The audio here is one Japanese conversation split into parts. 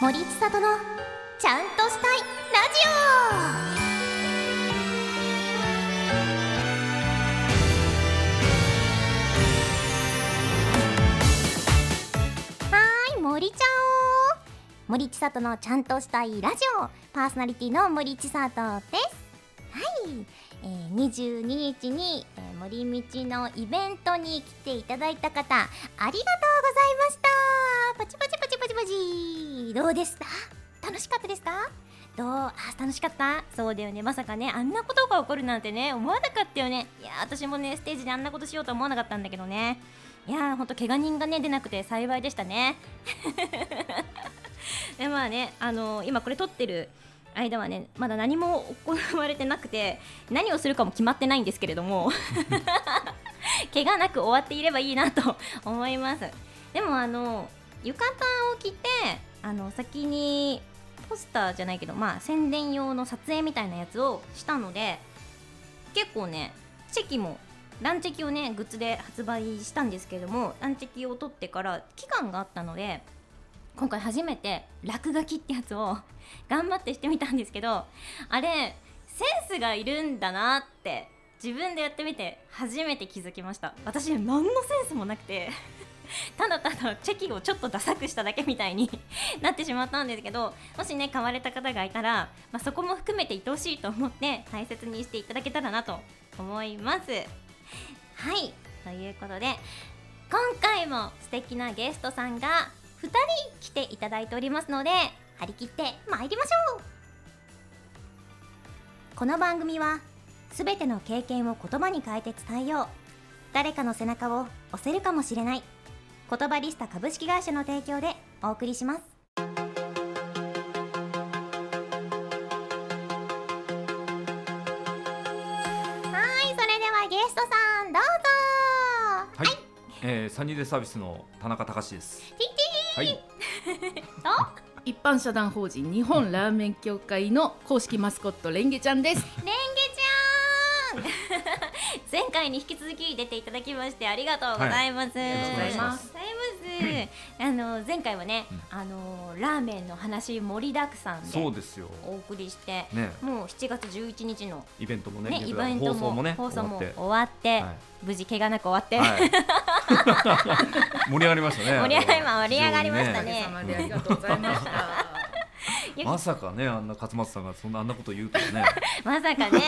森千里のちゃんとしたいラジオはーい森ちゃお森千里のちゃんとしたいラジオパーソナリティの森千里ですはい、えー、22日に、えー森道のイベントに来ていただいた方ありがとうございましたパチパチパチパチパチどうでした楽しかったですかどうあ楽しかったそうだよねまさかねあんなことが起こるなんてね思わなかったよねいやー私もねステージであんなことしようとは思わなかったんだけどねいやーほんと怪我人がね出なくて幸いでしたねでまあねあのー今これ撮ってる間はねまだ何も行われてなくて何をするかも決まってないんですけれども怪我なく終わっていればいいなと思いますでもあの浴衣を着てあの先にポスターじゃないけどまあ宣伝用の撮影みたいなやつをしたので結構ねチェキもランチェキをねグッズで発売したんですけれどもランチェキを取ってから期間があったので今回初めて落書きってやつを 頑張ってしてみたんですけどあれセンスがいるんだなって自分でやってみて初めて気づきました私何のセンスもなくて ただただチェキをちょっとダサくしただけみたいに なってしまったんですけどもしね買われた方がいたら、まあ、そこも含めて愛おしいと思って大切にしていただけたらなと思いますはいということで今回も素敵なゲストさんが2人来ていただいておりますので張り切って参りましょうこの番組はすべての経験を言葉に変えて伝えよう誰かの背中を押せるかもしれない言葉リスタ株式会社の提供でお送りしますはいそれではゲストさんどうぞはい、えーサニーデイサービスの田中隆です。ティテはい、一般社団法人日本ラーメン協会の公式マスコットレンゲちゃんです。レンゲちゃん 前回に引き続き出ていただきましてありがとうございます、いよろしくお願いしますありがとうございますあの前回はね、あのラーメンの話盛りだくさんでそうですよ。お送りして、ね、もう7月11日のイベントもね、ね、現イ在ベント放送もね、放送も終終わっわって、は、無事怪我なく終わってて、は い、盛り上がりましたね。盛り上がりま盛り上がりましたおかげねさまでありがとうございまし非た。常にねまさかね、あんな勝松さんがそんなあんなこと言うとはね、 まさかね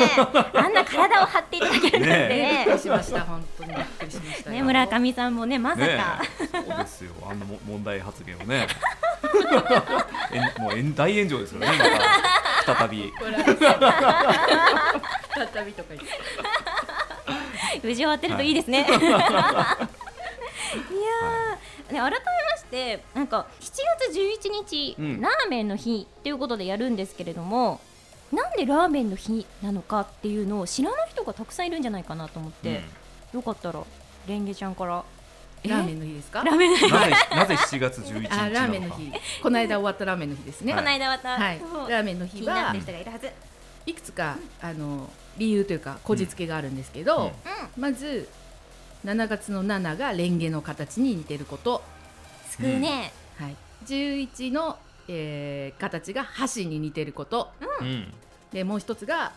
あんな体を張っていただけるなんてねびっねくりしました。本当にびっくりしましたよ。ね村上さんも ねまさか、ね、そうですよ。あんなも問題発言を ね、えんもうえん大炎上ですよね。また再び。村上さん。再びとか言って。無事終わってるといいですね。 い、やー、ね、改めまして、なんか7月11日、うんラーメンの日ということでやるんですけれども。なんでラーメンの日なのかっていうのを知らない人がたくさんいるんじゃないかなと思って、よかったらレンゲちゃんからえラーメンの日ですかラ？ーメンの日うんなぜなぜ7月11日あ、ラなーメンののか。日。この間終わったラーメンの日ですね。こはの間また、はいそう。ラーメンの気日になっはてる人がいるはず。いくつかあの理由というかこじつけがあるんですけど、まず7月の7がレンゲの形に似てること。すくうね、はい、11の、えー形が箸に似てることうんうんでもう一つが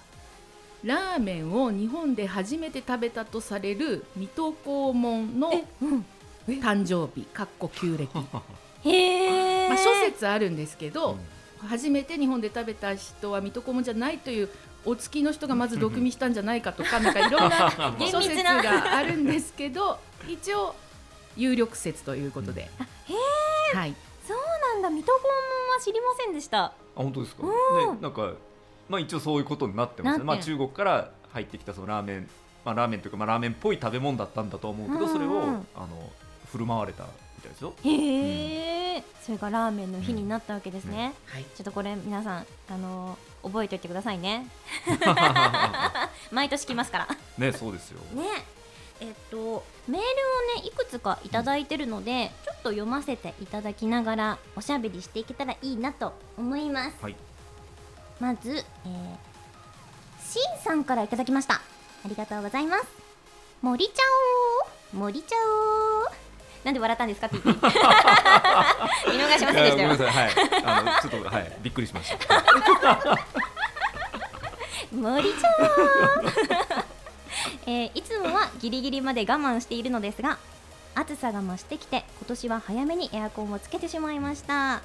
ラーメンを日本で初めて食べたとされる水戸黄門の誕生日かっこ旧暦、へえ。まあ、諸説あるんですけ ど、う初めて日本で食べた人は水戸黄門じゃないというお付きの人がまず毒味したんじゃないかとかなんかいろ んな諸説があるんですけど一応有力説ということで。はいなんだ水戸黄門は知りませんでした。あ本当ですか、ねうん、なんか、まあ、一応そういうことになってますなね、まっあ、て中国から入ってきたそのラーメン、まあ、ラーメンというか、まあ、ラーメンっぽい食べ物だったんだと思うけど、うんうんそれをあの振る舞われたみたい ですよ。へえ、それがラーメンの日になったわけですね、はいちょっとこれ皆さんあの覚えておいてくださいね 毎年来ますからね、そうですよ。ねえっとメールをねいくつかいただいてるのでちょっと読ませていただきながらおしゃべりしていけたらいいなと思いますはい、 まず、えー、しんさんからいただきましたありがとうございます森ちゃおー森ちゃおーなんで笑ったんですかって言って 見逃しませんでしたごめんなよさい、はい、あのちょっと、はい、びっくりしました。 はい森ちゃ ん、えーいつもはギリギリまで我慢しているのですが暑さが増してきて今年は早めにエアコンをつけてしまいました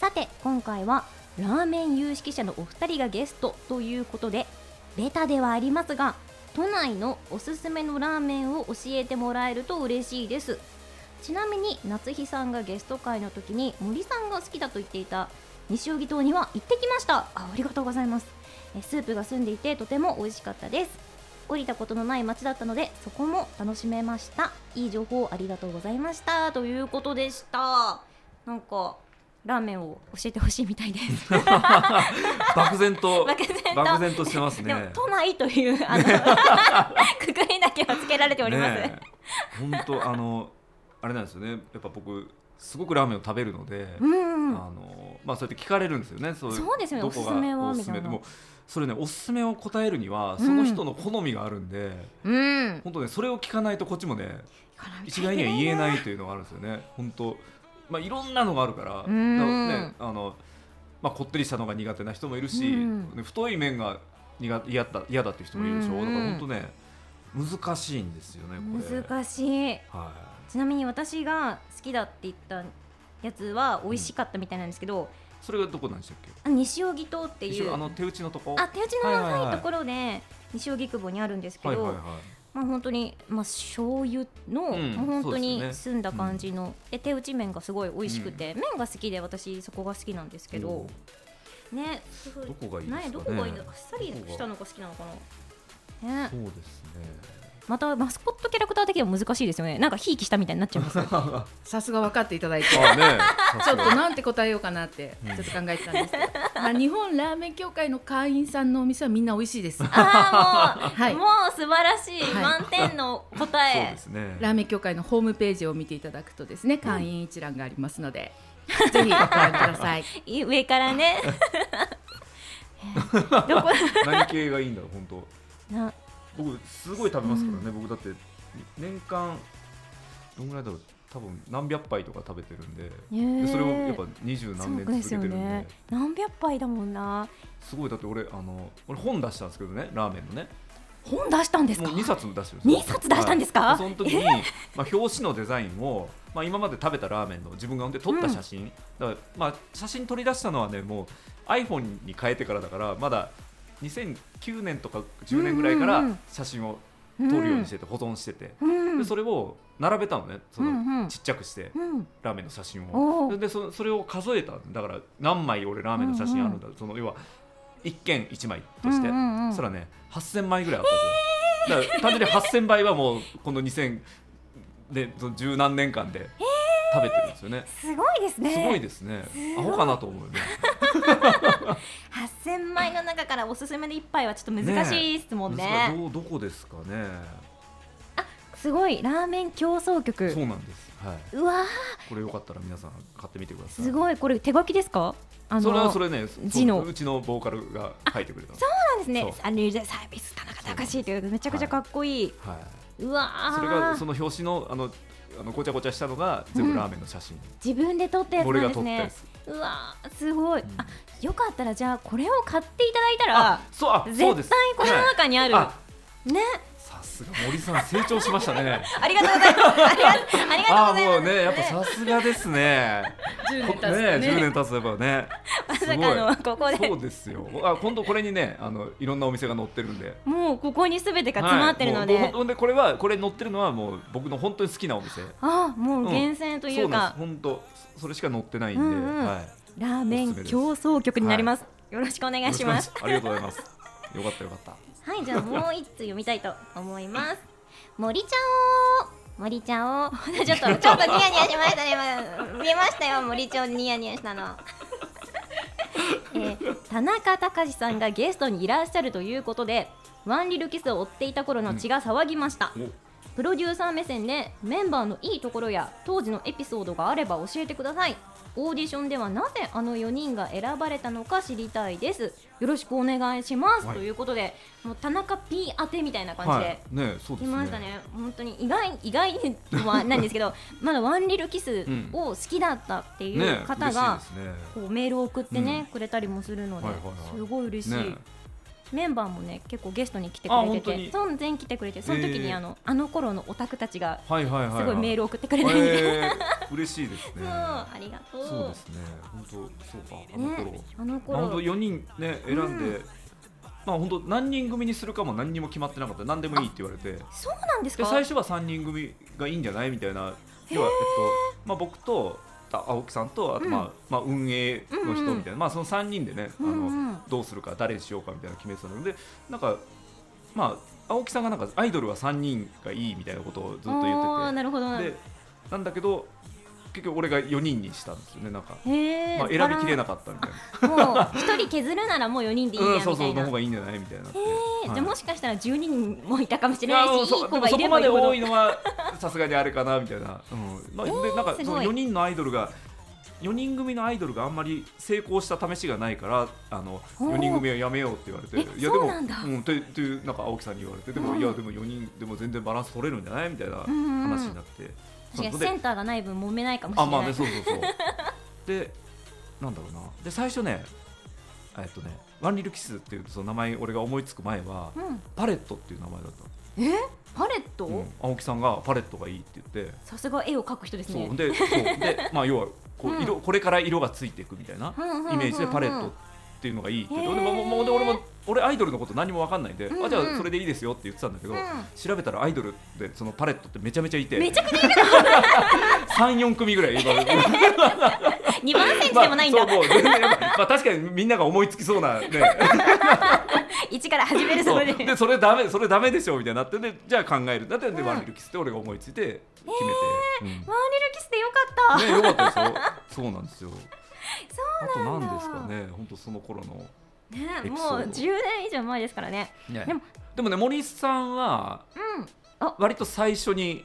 さて今回はラーメン有識者のお二人がゲストということでベタではありますが都内のおすすめのラーメンを教えてもらえると嬉しいですちなみに夏日さんがゲスト会の時に森さんが好きだと言っていた西荻島には行ってきましたあありがとうございますえスープが澄んでいてとても美味しかったです降りたことのない街だったのでそこも楽しめましたいい情報ありがとうございましたということでしたなんかラーメンを教えてほしいみたいです漠然と、 漠然と漠然としてますでもね。都内という あのくくりだけはつけられております、ねえ、本当、あの、あれなんですよね、やっぱ僕、すごくラーメンを食べるので。うんあのまあ、そうやって聞かれるんですよね、そういうそうですよねどこがおすすめはおすすめみたいでなもそれね、おすすめを答えるには、その人の好みがあるんで、うん本当ね、それを聞かないと、こっちもね、一概には言えないというのがあるんですよね、本当、まあ、いろんなのがあるから、だからうんねあのまあ、こってりしたのが苦手な人もいるし、うんね太い麺が苦手嫌だ嫌だっていう人もいるでしょ、うんだから本当ね、難しいんですよね、これ。難しいはちなみに私が好きだって言ったやつは美味しかったみたいなんですけど、い、それがどこなんでしたっけあ西荻島ってい一う緒あの手打ちのとこあ手打ちのはいはい長はいいところで西荻窪にあるんですけはいはいど、はまあ本当にまあ醤油の、うんもう本当そうにです澄んだ感じの、で手打ち麺がすごい美味しくて、麺が好きで私そこが好きなんですいけど、ねどこがいいですかねねどこがいいのあっさりしたのが好きなのかな。ねそうですまたマスコットキャラクター的には難しいですよねなんかひいきしたみたいになっちゃい ますよさすが分かっていただいて。ね あねちょっとなんて答えようかなってうちんょっと考えてたんですけど、まあ日本ラーメン協会の会員さんのお店はみんな美味しいです。ラああもう、はいもう素晴らしい、はい満点の答そうえですねーメン協会のホームページを見ていただくとですね、会員一覧がありますので、ぜひご覧ください。い上から ねどこ何系がいいんだろう本当な僕すごい食べますからね、僕だって年間どんぐらいだろう多分何百杯とか食べてるんで,で、ねえそれをやっぱ二十そ何う年続でけすてよるんでね何百杯だもんなすごいだって俺あの俺本出したんですけどねラーメンのね本出したんですかもう二冊出してる二冊出したんですかはいその時に、まあ、表紙のデザインを、まあ、今まで食べたラーメンの自分が産んで撮った写真、だからまあ、写真取り出したのはねもう iPhone に変えてからだからまだ2009年とか10年ぐらいかうらんうんうん写真を撮るようにしてて、保存してて、うんでそれを並べたのねそうんうんのちっちゃくして、うんラーメンの写真おーをでそそれを数えただから何枚俺ラーメンの写真あるんだ、その要は一件一枚として、うそんうんうんしたらね8000枚ぐらいあったんですよ、だから単純に8000倍はもうこの2000でその十何年間で食べてるんですよね、すごいですねすごいですねアホかなと思うよね8000枚の中からおすすめの一杯はちょっと難しいですもんね難しいどうどこですかねすごいラーメン競争曲そうなんです、はいうわーこれよかったら皆さん買ってみてくださいすごいこれ手書きですかあのそれはそれねそ字のうちのボーカルが書いてくれたのそうなんですねそアンリーズサービス田中隆ということでめちゃくちゃかっこいい、はいうわーそれがその表紙のあのあのごちゃごちゃしたのが全部ラーメンの写真、自分で撮ったやつ俺なんがで撮すったやねうつ、わーすごい、んあよかったらじゃあこれを買っていただいたらあそうあそうで絶す対このはい中にある、あねさすが森さん成長しましたねありがとうございますありがありあがとうございますもうねやっぱさすがですね 10ね年経つとね10年経つとやっぱねまさすごいかのここでそうですよあ今度これにねあのいろんなお店が載ってるんでもうここにすべてが詰まってるので、はいもうほんほんでこれはこれ載ってるのはもう僕の本当に好きなお店あもううん厳選といそううなんかです、本当それしか載ってないんで、うんうんはいラーメおすンすめです競争曲になります、よろしくお願いしますよろくお願いしありがとうございますよかったよかったはい、じゃあもう一つ読みたいと思います。森ちゃお森ちゃおちょっと、ちょっとニヤニヤしましたね。今見えましたよ、森ちゃおニヤニヤしたの。えー田中隆さんがゲストにいらっしゃるということで、ワンリルキスを追っていた頃の血が騒ぎました。おプロデューサー目線でメンバーのいいところや当時のエピソードがあれば教えてくださいオーディションではなぜあの4人が選ばれたのか知りたいですよろしくお願いします、はいということでもう田中 P 宛てみたいな感じで、はい、ね、そう来ですね。ましたね、本当に意外意外にはないんですけ ど、まだワンリルキスを好きだったっていねう方が、嬉しいですねこうメールを送ってね、うんくれたりもするので、はいはいはいすごい嬉しい、ねメンバーもね結構ゲストに来てくあれて本当てに全然来てくれてその時にへーあの、あの頃のオタクたちがはいはいはい、はすごいメールルを送ってくれたりで、嬉しいです ね。そうありがとうそうですね。本当そうかあの頃。ねあのまあ本頃当四人ね選んで、うまあ本当何人組にするかも何にも決まってなかった。何でもいいって言われて。そうなんですでか最初は三人組がいいんじゃないみたいな。要はえっとまあ僕とあ青木さんとあとまあ、うんまあ運営の人みたいな、まあその三人でねあの、うんうんどうするか誰にしようかみたいなの決めてたのでなんかまあ青木さんがなんかアイドルは三人がいいみたいなことをずっと言あーってなるほどなてでなんだけど結局俺が四人にしたんですよねなんか。へえ、まあ、選びきれなかったみたいな。もう一人削るならもう4人でいいやうん、みたいな、そうそう、の方がいいんじゃないみたいになって。えーはいじゃあもしかしたら10人もいたかもしいれなやいし、いいそ子うでもがいそればこまいるでほど多いのはさすがにあれかなみたいな、うんまあでなんかすごいその4人のアイドルが4人組のアイドルがあんまり成功した試しがないからあのおー4人組はやめようって言われてえいやそでうもなんだうん、てていうなんか青木さんに言われてでも、うんいやでも4人でも全然バランス取れるんじゃないみたいな話んうんになって、確かにそセでンターがない分揉めないかもしれあない、まあねそうそうそう でなんだろうなで最初ねえっとねワンリルキスっていうその名前俺が思いつく前は、うん、パレットっていう名前だったのえパレット、うん青木さんがパレットがいいって言ってさすが絵を描く人ですねそうでそうでまあ要はこううん色、これから色がついていくみたいなうんうんうんうんイメージでパレットっていうのがいいって言って、へー俺ももうで俺も俺アイドルのこと何も分かんないんで、うんうんあじゃあそれでいいですよって言ってたんだけど、うん調べたらアイドルでそのパレットってめちゃめちゃいてめちゃく ちゃ34組ぐらい今2番センチでもないんだ、まあ、そうもう全然 まあ確かにみんなが思いつきそうなね一から始める そそうれででそれダメそれダメでしょみたいになってでじゃあ考えるだってで、うんワンリルキスって俺が思いついて決めて、うんワンリルキスでよかった、ね、 よかったですよ。そうなんですうよ。なんだあと何ですかね、本当その頃の。ね、エピもソードう10年以上前ですからねでもでも、でもね、森さんはうん割と最初に。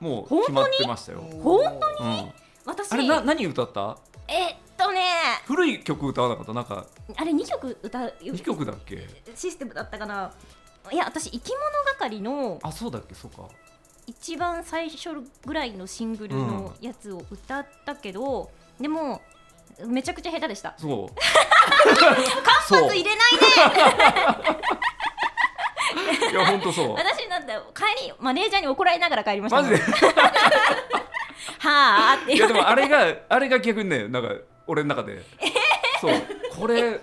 もう決まってましたよ。本うん私あれ、な、何歌った。えっとね古い曲歌わなかった、なんか、あれ2曲歌う二曲だっけ。システムだったかないや私生き物係のあ、そうだっけ、そうか。一番最初ぐらいのシングルのやつを歌ったけど、でもめちゃくちゃ下手でしたそう。パそうス入れないいや、本 当そう。私なんだよ帰りマネージャーに怒られながら帰りましたマもんジで。はあっていいうや、でも、あれが、あれが逆にね、なんか、俺の中で。そう、これ、 TT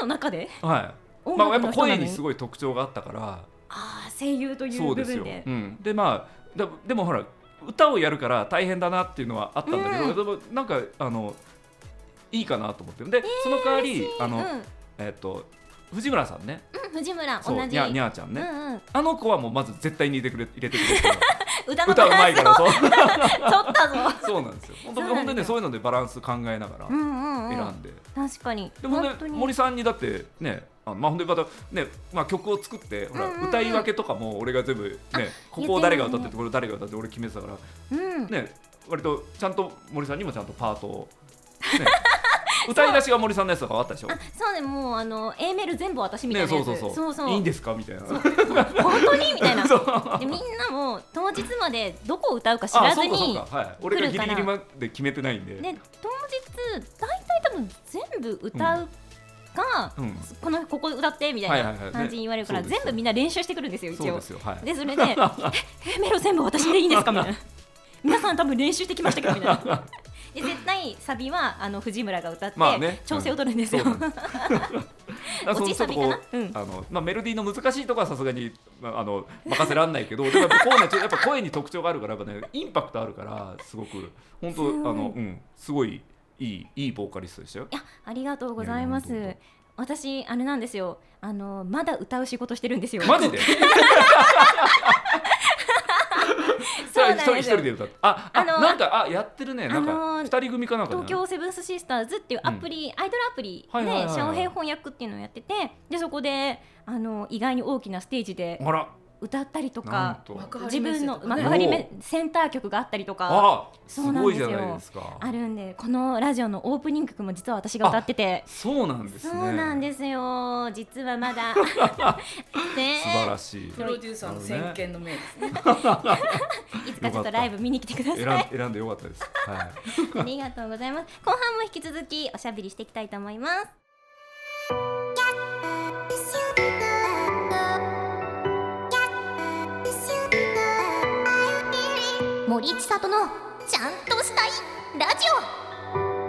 の中ではい。音まあ、や楽っのぱ人なの声に、にすごい特徴があったから。ああ声優というそう部です分よで。うん、でまあだでもほら歌をやるから大変だなっていうのはあったんだけど、うんでもなんかあのいいかなと思ってで、その代わりあの、うんえっと藤村さんねうん、藤村そう同にじゃにゃーちゃんね、うんうん、あの子はもうまず絶対に入れてくれ入れて くれっていうの歌の歌うまいからそう取ったぞ そうなんですよ本当そうなんですよ本当にねそういうのでバランス考えなが うらんうん、う選ん、んで、確かにでもね本当に森さんにだってねあまあ、ほんでまたね、まあ、曲を作ってほら、うんうんうん歌い分けとかも俺が全部、ね、ここを誰が歌っててこれ誰が歌って俺決めてたからうん、ね、割とちゃんと森さんにもちゃんとパートを、 ね、歌い出しが森さんのやつとかあったでしょ。あそうねもうあの A メール全部私みたいね、なそやうつ、そうそうそうそういいんですかみたいな。本当にみたいな そでみんなも当日までどこを歌うか知あらずそうかそうに、か、はい、俺がギリギリまで決めてないんで。ね、当日大体多分全部歌うか、うん、このここ歌ってみたいなはいはいはい感じに言われるから、ねそうです全部みんな練習してくるんですよ一そう応ですよ、はい。でそれ でええメロ全部私でいいんですかみたいな皆さん多分練習してきましたけどみたい なで絶対サビはあの藤村が歌って、まあね調整を取るんですそうよ、なんで す。だからその落ちサビかなちょっとこうあのまあメロディーの難しいとこはさすがにまああの任せらんないけど、でもやっぱこういうのはちょっとやっぱ声に特徴があるからやっぱねインパクトあるからすごく本当すごいあのうんすごいいいいいボーカリストでしたよい。や ありがとうございまいやいすや私あれなんですよあのまだ歌う仕事してるんですよマジで そそうれなんです一人よ一人で歌ってあああのなんかあやってるねなんあのか二人組かなんかね東京セブンスシスターズっていうアプリ、アイドルアプリではいはいはいはいシャオヘイ翻訳っていうのをやっててでそこであの意外に大きなステージであら歌ったりとなんかとわか自分の幕幕張張メッセとかねメセンター曲があったりとかあすそうなんごいですじよゃないですかあるんでこのラジオのオープニング曲も実は私が歌ってて。そうなんですそねうなんですよ実はま だね素晴らしいプロデューサーの先見の明ですねいつかちょっとライブ見に来てください選ん選んでよかったですはいありがとうございます。後半も引き続きおしゃべりしていきたいと思います。森千里のちゃんとしたいラジ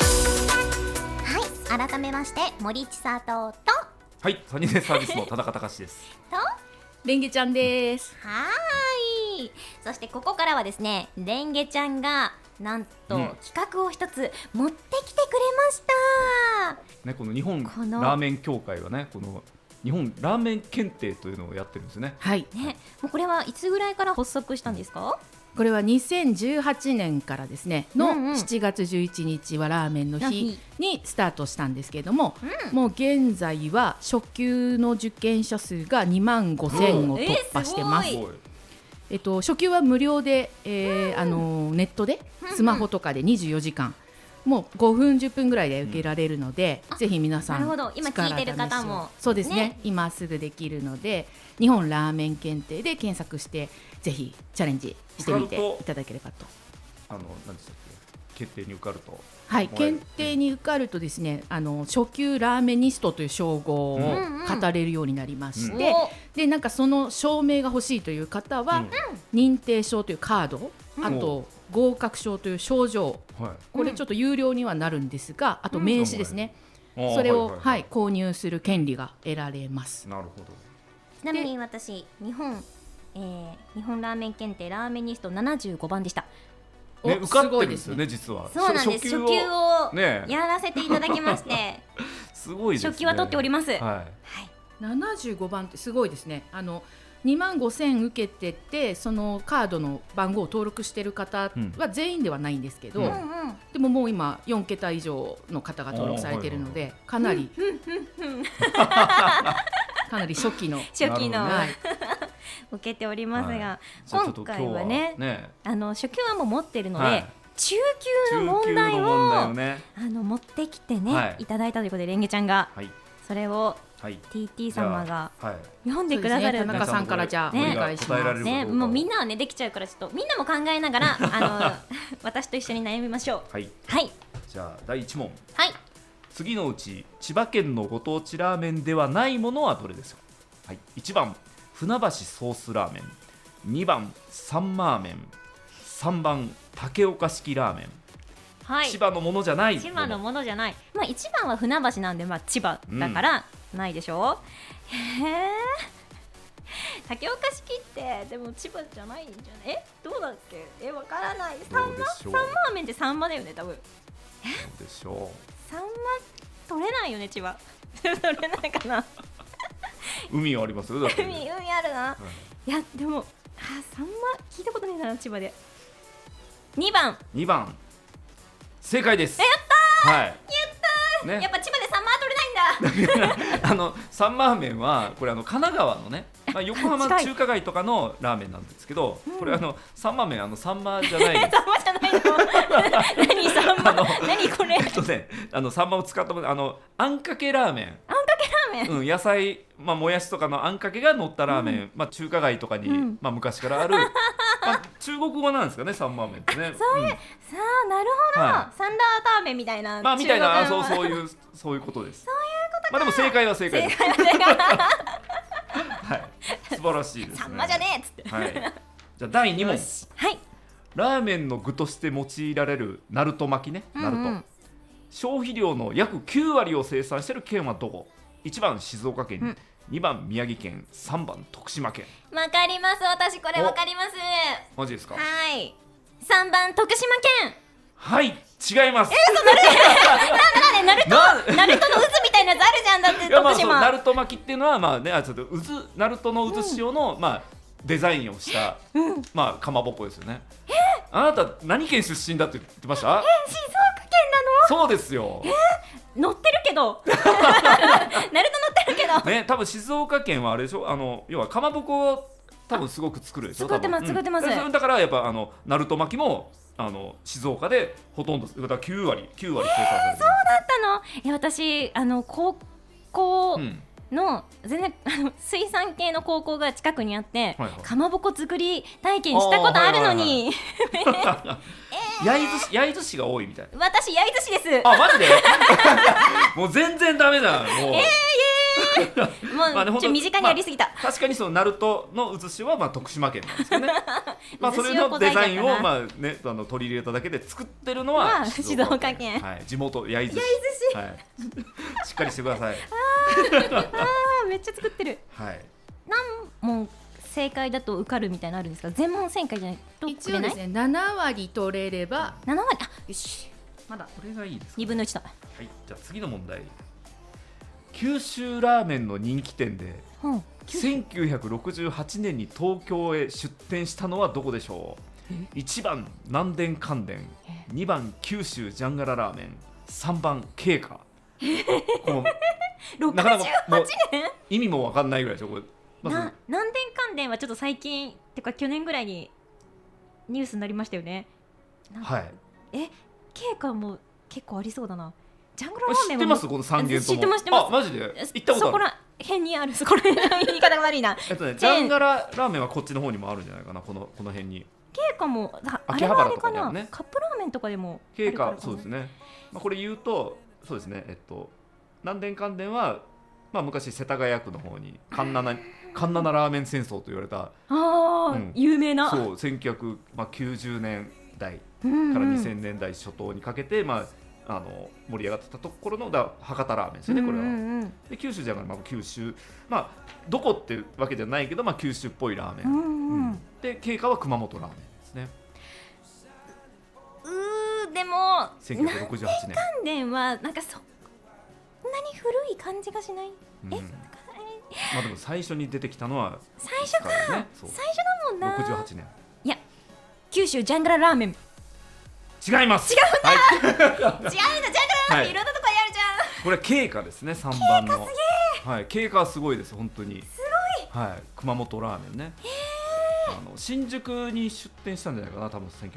オ。はい、改めまして森千里とはいサニーデイサービスの田中隆ですとレンゲちゃんですはーい。そしてここからはですね、レンゲちゃんがなんとうん企画を一つ持ってきてくれました。ね、この日本ラこのーメン協会はね、この日本ラーメン検定というのをやってるんですね。はいね、もうこれはいつぐらいから発足したんですか？これは2018年からですねうのんうん7月11日はラーメンのの日日にスタートしたんですけれども、もう現在は初級の受験者数が2万5000を突破してます。うんえーすごいい。えっと、初級は無料で、えーあのネットでうんうんスマホとかで24時間もう5分10分ぐらいで受けられるので、うんあぜひ皆さんなるほど今聞いてる方も力試しをそうですねね今すぐできるので日本ラーメン検定で検索してぜひチャレンジしてみ受かてるといただければと。あの、なんでしたっけ、決定に受かると。はい、もらえる検定に受かるとですねあの初級ラーメニストという称号をうんうん語れるようになりまして、おでなんかその証明が欲しいという方は、認定証というカード、うんあと合格証という賞状うんはい。これちょっと有料にはなるんですがあとうん名刺ですね、あーそれを、はい購入する権利が得られます。なるほど。ちなみに私日本、えー、日本ラーメン検定ラーメニスト75番でした。ね、お受かっすごているんでですすよねね、実は。そうなんです。初級ををねえ、やらせていただきま して、すごいです、ね。初級は取っておりますはい。 75番ってすごいですね。あの2万5000受けててそのカードの番号を登録している方は全員ではないんですけど、うんうんでももう今4桁以上の方が登録されているのでかなりかなり初期の、初期の、なはい、受けておりますが、じゃあちょっと今今回日ははねね、あの初級はもう持ってるので、はい中級中の級問題のを問題をね、あの持ってきてね、はいい、ただいたということでレンゲちゃんがはい、それをはい。 TT 様じゃがあ、はい。読んでくださるそうですね田中さんからじゃあね俺が答えられるかどうね、かをもうみんなはねできちゃうからちょっとみんなも考えなが らあの 私と一緒に悩みましょうはい。はいじゃあ、第一問。はい次のうち千葉県のご当地ラーメンではないものはどれでしょう、はい、1番船橋ソースラーメン2番サンマーメン3番竹岡式ラーメン、はい千葉のものじゃない千葉のものじゃない、まあ、一番は船橋なんで、まあ、千葉だからないでしょ、うへえ竹岡式ってでも千葉じゃないんじゃないえどうだっけえわからないサンどうでマしょうサンマーメンってサンマだよね多分どうでしょサンマ取れないよね千葉 取れないかなう海はありますだって海海あるな、い、やでもあサンマ聞いたことないな千葉で2番2番正解ですえやったー、はい、やったやっね、ぱ千葉でサンマは取れないんだあのサンマーメンはこれあの神奈川のね、まあ、横浜近い中華街とかのラーメンなんですけど、んこれあのサンマーメンあのサンマーじゃない ですサンマじゃないの 何サンマ何これえっとね、あのサンマを使ったものあのあんかけラーメンメンうん、野菜、まあ、もやしとかのあんかけが乗ったラーメン、まあ、中華街とかに、うんまあ、昔からある、まあ、中国語なんですかねサンマーメンってねそういう、さあなるほど、はサンダーターメンみたいな、ん、まあみたいなあ中そう国のそういうそういうことですそういうことまあでも正解は 正解ですはい、素晴らしいですね サンマじゃねえっつってはい、じゃあ第2問はいラーメンの具として用いられるナルト巻きね、ナルうトんうん消費量の約9割を生産している県はどこ1番静岡県、うん2番宮城県3番徳島県わかります私これおわかりますマジですかはい三番徳島県はい違います なんだねなんナルトナルトの渦みたいなやつあるじゃんだっていやまあ徳そうナ島ルト巻きっていうのはまあねあちょっと渦ナルトの渦潮の、まあデザインをした、まあかまぼこですよねあなた何県出身だって言ってました静岡県そうですよ なの乗ってるけどナルト乗ってるけどどね多分静岡県はあれでしょあの要はかまぼこを多分すごく作るでしょ作ってます多分作うんってますだからだからやっぱあの鳴門巻きもあの静岡でほとんどだから9割9割生産されてる、あったのいや私あの高校うんの、全然あの水産系の高校が近くにあって、はいはいかまぼこ作り体験したことあるのに、焼津市焼津市が多いみたい私焼津市ですあマジで もう全然ダメだもう、もう、まあねちょっと身近にやりすぎた、確かにその鳴門の渦潮はまあ徳島県なんです けどねまあそれ渦潮の小デ材だザったなインをまあねあの取り入れただけで作ってるのまはあ静岡県静岡県はい、地元焼津市焼津市はい、しっかりしてく ださいあーめっちゃ作ってるはいもう正解だと受かるみたいなのあるんですか全問正解じゃないとく一れな応でい、すね7割取れれば7割あよしまだこれがいいですか2分の1だはいじゃあ次の問題九州ラーメンの人気店でうん1968年に東京へ出店したのはどこでしょう1番南電関電2番九州ジャンガララーメン3番慶華こう68なかなかもう意味も分かんないぐらいでしょこれまずな南電関連はちょっと最近てか去年ぐらいにニュースになりましたよねなはい経過も結構ありそうだなジャングルこラれー知メっンてはますこの3軒とも知ってます知ってますあマジで行ったこそとこあるら辺にあるそこら辺言い方が悪いなえっとね、ジチェーンャンガララーメンはこっちの方にもあるんじゃないかなこのこの辺に経過もああ秋れ葉はあ原れとかかにあなるねカップラーメンとかでもあ経るから過かなそうですね、まあ、これ言うとそうですねえっと南電関電は、まあ、昔世田谷区の方に 環七環七ラーメン戦争と言われたああ、うん有名なそう1990年代うんうんから2000年代初頭にかけて、まあ、あの盛り上がってたところのだ博多ラーメンですよねこれは。うんうんうんで九州じゃなくて、まあ、九州まあどこっていうわけじゃないけど、まあ、九州っぽいラーメうン。んうんで経過は熊本ラーメンですねうーでも1968年。関連はなんかそんなに古い感じがしないうんえまあでも最初に出てきたのは最初かからねそう最初だもんな68年九州ジャングララーメン違うん違います違うんだ、はい、だジャングララーメンっていろんなとこにあるじゃん、これは経過ですね3番のはい、経過はすごいです本当にすごい、はい、熊本ラーメンねあの新宿に出店したんじゃないかな多分1968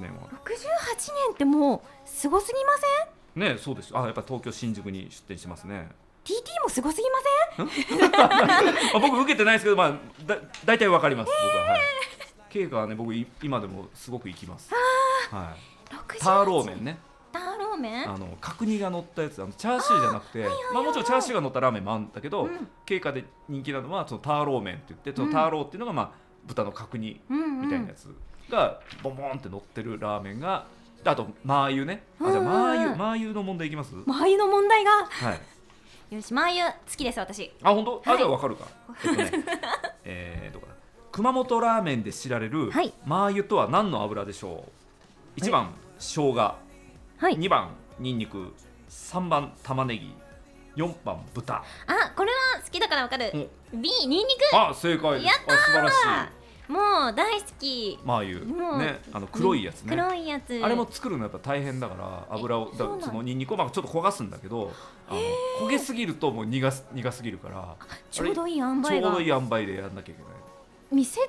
年は68年ってもうすごすぎませんねそうですあやっぱ東京新宿に出店してますね TT もすごすぎまあ僕受けてないですけどまあだ大体わかります僕ははい経過はね僕い今でもすごく行きますはいせん68ターローメンねターローメンあの角煮が乗ったやつあのチャーシューじゃなくてまあ、もちろんチャーシューが乗ったラーメンもあるんだけど、うん経過で人気なのはそのターローメンって言ってそのターローっていうのが、まあ、豚の角煮うんみたいなやつがボンボンって乗ってるラーメンがであとマー油ねあうんじゃうあんマー油マー油の問題いきます、マー油の問題がはいよしマー油好きです私あ本当、はあいじゃあわかるかえっとねえー、どこだ熊本ラーメンで知られる、はいマー油とは何の油でしょう1番生姜はい2番にんにく3番玉ねぎ4番豚あこれは好きだからわかる B ニンニあ正解ですやったーあ素晴らしいクもう大好きマーも油うねあの黒いやつね黒いやつあれも作るのやっぱ大変だから油をえだそうなんそのにんにくをまあちょっと焦がすんだけどあの焦げすぎるともう苦す苦すぎるからちょうどいい塩ちょ梅うがどいい塩梅でやんなきゃいけない店、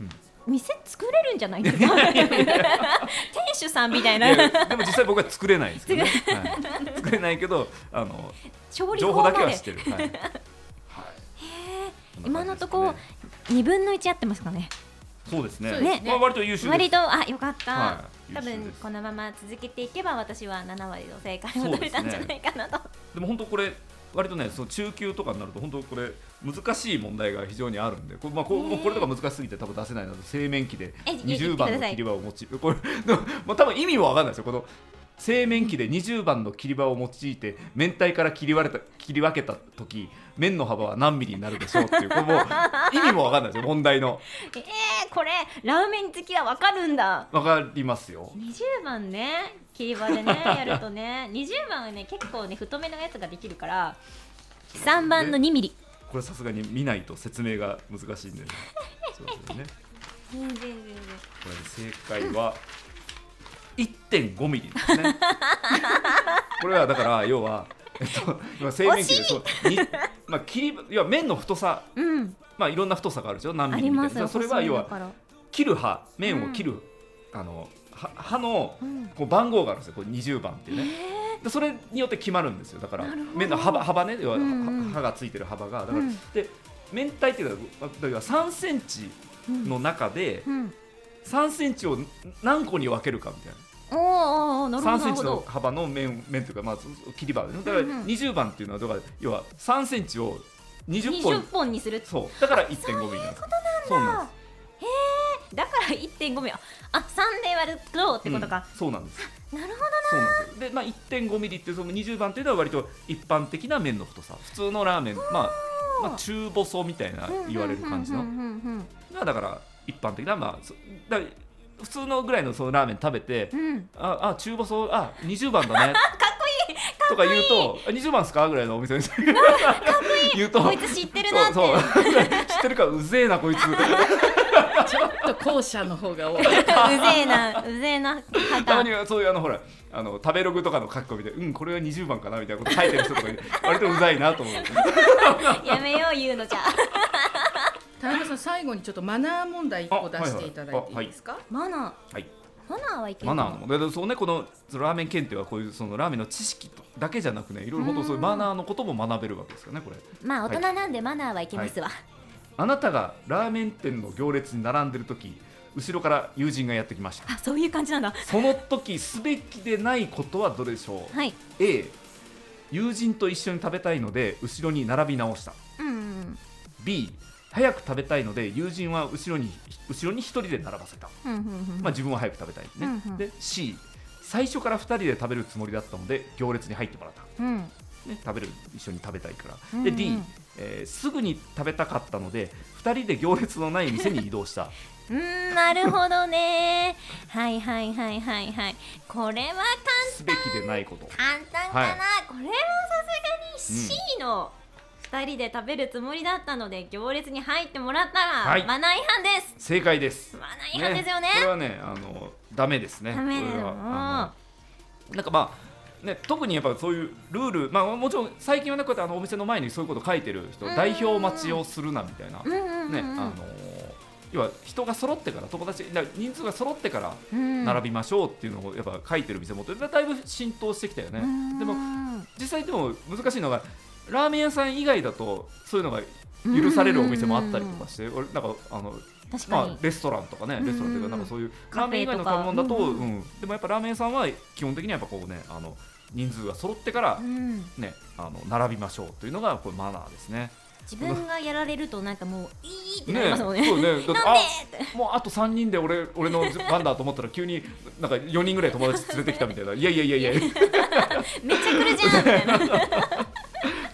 うん店作れるんじゃない ですか店主さんみたいないやでも実際僕は作れないですけどね、はい作れないけどあの調理情法報まだでけは知ってる、はいはい今のとこ2こんな感じですね分の1やってますかねそうですそねうですねまあ、割と優秀です割とあよかった、はい多優秀分ですこのまま続けていけば私は7割の正解そをう取れですねたんじゃないかなと、でも本当これ割とねその中級とかになると本当これ難しい問題が非常にあるんでこれ,、まあ、こうねえもうこれとか難しすぎて多分出せないので製麺機でえい言って20番くだのさい 切り場を持ちこれでもまあ多分意味も分かんないですよこの製麺機で20番の切り場を用いて明太から切り割れた切り分けた時麺の幅は何ミリになるでしょうっていうこれもう意味も分かんないですよ問題のえー、これラーメン好きはわかるんだ分かりますよ20番ね切り場でねやると ね20番はね結構ね太めのやつができるから3番の2ミリこれさすがに見ないと説明が難しいんで、ね、そうですよね全然全然これ正解は1.5ミリですね。 これはだから要は、えっと、今製麺機で惜しいそうにまあ、切り要は麺の太さ、うん、まあ、いろんな太さがあるでしょ何あミりリみたまいすなそれは要は細いのから切る刃麺を切る、あのは刃のうんこう番号があるんですよこう20番っていうね、でそれによって決まるんですよだからなるほど麺の幅幅ね要はうんうんは刃がついてる幅がだから、うんで明太っていうのは例えば3センチうんの中でうん、 3センチを何個に分けるかみたいな。おーおーおーなるほどな3セるンチほのど幅の面面というか、まあ、切り刃でねだからうんうん20番っていうのはだから要は3センチを20 20本本にするそうだから1.5ミリなんですそうなんでだから1.5秒あ3で割るとっすてことか、うんそうなんですなるほそうなんですよで、まあ、1.5ミリってその20番っていうのは割と一般的な麺の太さ普通のラーメン、まあ、まあ中細みたいなど言われる感じのうんうんうんがだから一般的なまあそだから普通のぐらいのそのラーメン食べてうんうんうんああ中細あ20番 だねかっこいいとか言うとあ20番ですかぐらいのお店の人に言うとこいつ知ってるなってそうそう 知ってるからうぜえなこ いつ ちょっと後者の方が多いぜえなうぜえ なたま旗にはそういうあのほらあの食べログとかの書き込みでうんこれが20番かなみたいなこと書いてる人とかに割とうざいなと思うやめよう言うのじゃ 田中さん最後にちょっとマナー問題を出していただいていいですか、マナはいーマナーはいけるマナーの問題でそうねこのラーメン検定はこういうそのラーメンの知識とだけじゃなくねいろいろ本当そういうマナーのことも学べるわけですよねこれまあ大人なんでマナーはいけますわ、あなたがラーメン店の行列に並んでる時後ろから友人がやってきましたあそういう感じなんだその時すべきでないことはどれでしょう、はい A 友人と一緒に食べたいので後ろに並び直したうんうん B 早く食べたいので友人は後ろに後ろに一人で並ばせた、うんうんうんまあ、自分は早く食べたいね、うんうんで C 最初から2人で食べるつもりだったので行列に入ってもらった、うんね、食べる一緒に食べたいから、うんうでん D、えーすぐに食べたかったので2人で行列のない店に移動した うーんなるほどねはいはいはいはいはいこれはすべきでないこと簡単かな、はいこれはさすがに C の2人で食べるつもりだったので行列に入ってもらったら、はいマナー違反です正解ですマナー違反ですよねこれはね、あのダメですね。ダメだよこれはあのなんかまあね特にやっぱそういうルール、まあもちろん最近はねこうやってあのお店の前にそういうこと書いてる人うん、代表待ちをするなみたいなうんうんうん、ね、あの要は人が揃ってから友達だから人数が揃ってからうん並びましょうっていうのをやっぱ書いてる店もだいぶ浸透してきたよね。でも実際でも難しいのがラーメン屋さん以外だとそういうのが許されるお店もあったりとかして、俺なんかあの確かに、まあ、レストランとかね、レストラうンというんうんうか、んなんかそういうカラーフメンェ以外とのか食べ物だと、うんううんでもやっぱラーメン屋さんは基本的にはやっぱこうね、あの人数が揃ってからう、ん、ね、あの並びましょうというのがこれマナーですね。自分がやられるとなんかもういいってなりねますそもうんねね。だっなてんであもうあと3人で俺俺の番だと思ったら急になんか4人ぐらい友達連れてきたみたいないやいやいやいやだかめっちゃ来るじゃんみたいな。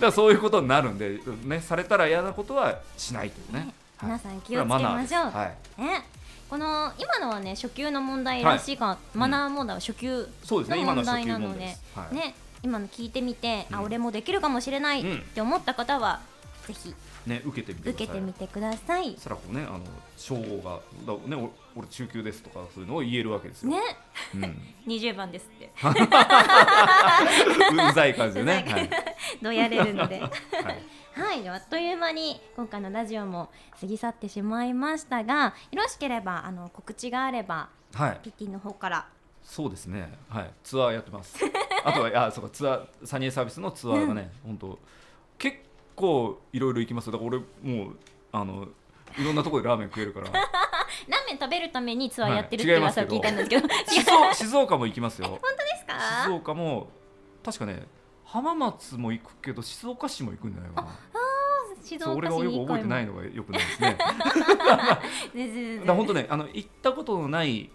らそういうことになるんで、ね、されたら嫌なことはしないというね。ねはい皆さん気をつけましょう。これはマナーですはい、ね、この今のはね初級の問題らしいが、マナー問題は初級そうですねの今の問は題初級な問の題でで、すはいね、今の聞いてみて、あうん俺もできるかもしれないうんって思った方は、ぜひね、受けてみてくださ受い。けてみてくださいそ。したらこうねあの称号がだ、ね、お俺中級ですとかそういうのを言えるわけですよ。ね、うん、 20番ですって、 うざい感じでね。はい どうやれるので。はいはい、ではあっという間に今回のラジオも過ぎ去ってしまいましたが、よろしければあの告知があればはい、ピティの方から、そうですね、はい、ツアーやって ます。あとは、あ、そうか、ツアー、サニーサービスのツアーがね、本当。結構いろいろ行きますよ、だから、俺、もう、あの、いろんなところでラーメン食える から。ラーメン食べるためにツアーやってるってはいいう噂を聞いたんですけど、違うん で静岡、静岡も行きますよ。すか？静岡も、確かね、浜松も行くけど、静岡市も行くんじゃないかな。静そう、岡俺市がよにく一覚回えてもないのが、よくないですね。全然だ本当ねあの行ったことのない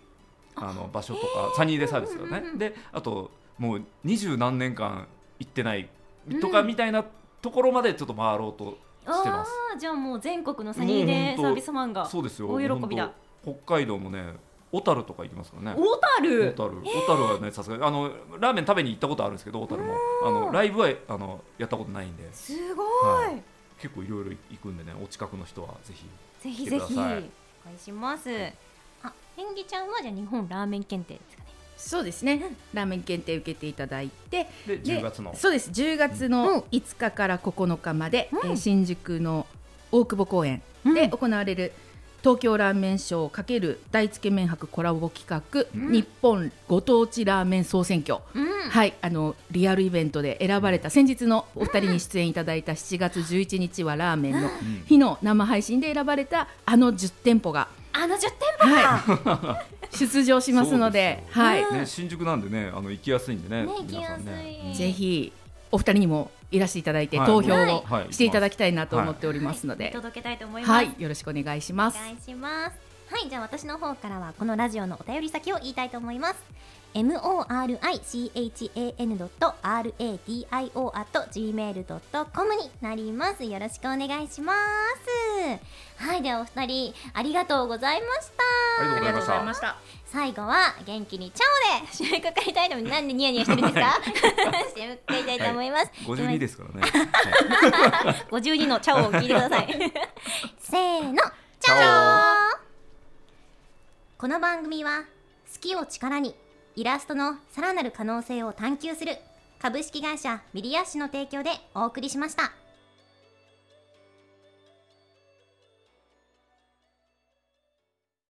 あの場所とかサニーデイサービスだね、うんうんうんであともう二十何年間行ってないうんとかみたいなところまでちょっと回ろうとしてあます、あじゃあもう全国のサニーデイサービスマンがそうですよ大喜びだ本当北海道もね小樽とか行きますからね小小樽樽小樽はねさすがにあのラーメン食べに行ったことあるんですけど小樽もあのライブはあのやったことないんですごい、は結構いろいろ行くんでねお近くの人はぜひぜひぜ来てひくだおさ願いいしますあ、演技ちゃんはじゃあ日本ラーメン検定ですかねそうですね、ラーメン検定受けていただいてでで10月のそうです10月うんの5日から9日まで、うんえー新宿の大久保公園で行われる東京ラーメンショー×大つけ麺博コラボ企画、うん日本ご当地ラーメン総選挙、うんはいあのリアルイベントで選ばれた先日のお二人に出演いただいた7月11日はラーメンのうん日の生配信で選ばれたあの10店舗が、あの10店舗だ、はい、出場しますのそうでですよはい、うんね、新宿なんでねあの行きやすいんでねね行き皆やさすいんねぜひお二人にもいらしていただいて、はい投票はいをしていただききたいなと思っておりますのはいで見、届けたいと思います、はい、よろしくお願いしますお。願いしますはいじゃあ私の方からはこのラジオのお便り先を言いたいと思います morichan.radio.gmail.com になりますよろしくお願いしますはいではお二人ありがとうございましたありがとうございましたした。最後は元気にチャオで締めくくりたいと思いますなんでニヤニヤしてるんですか締めくくりたいと思います、 52ですからね、はい52のチャオを聞いてください せーのチャオチャこの番組は好きを力にイラストのさらなる可能性を探求する株式会社ミリアッシュの提供でお送りしました。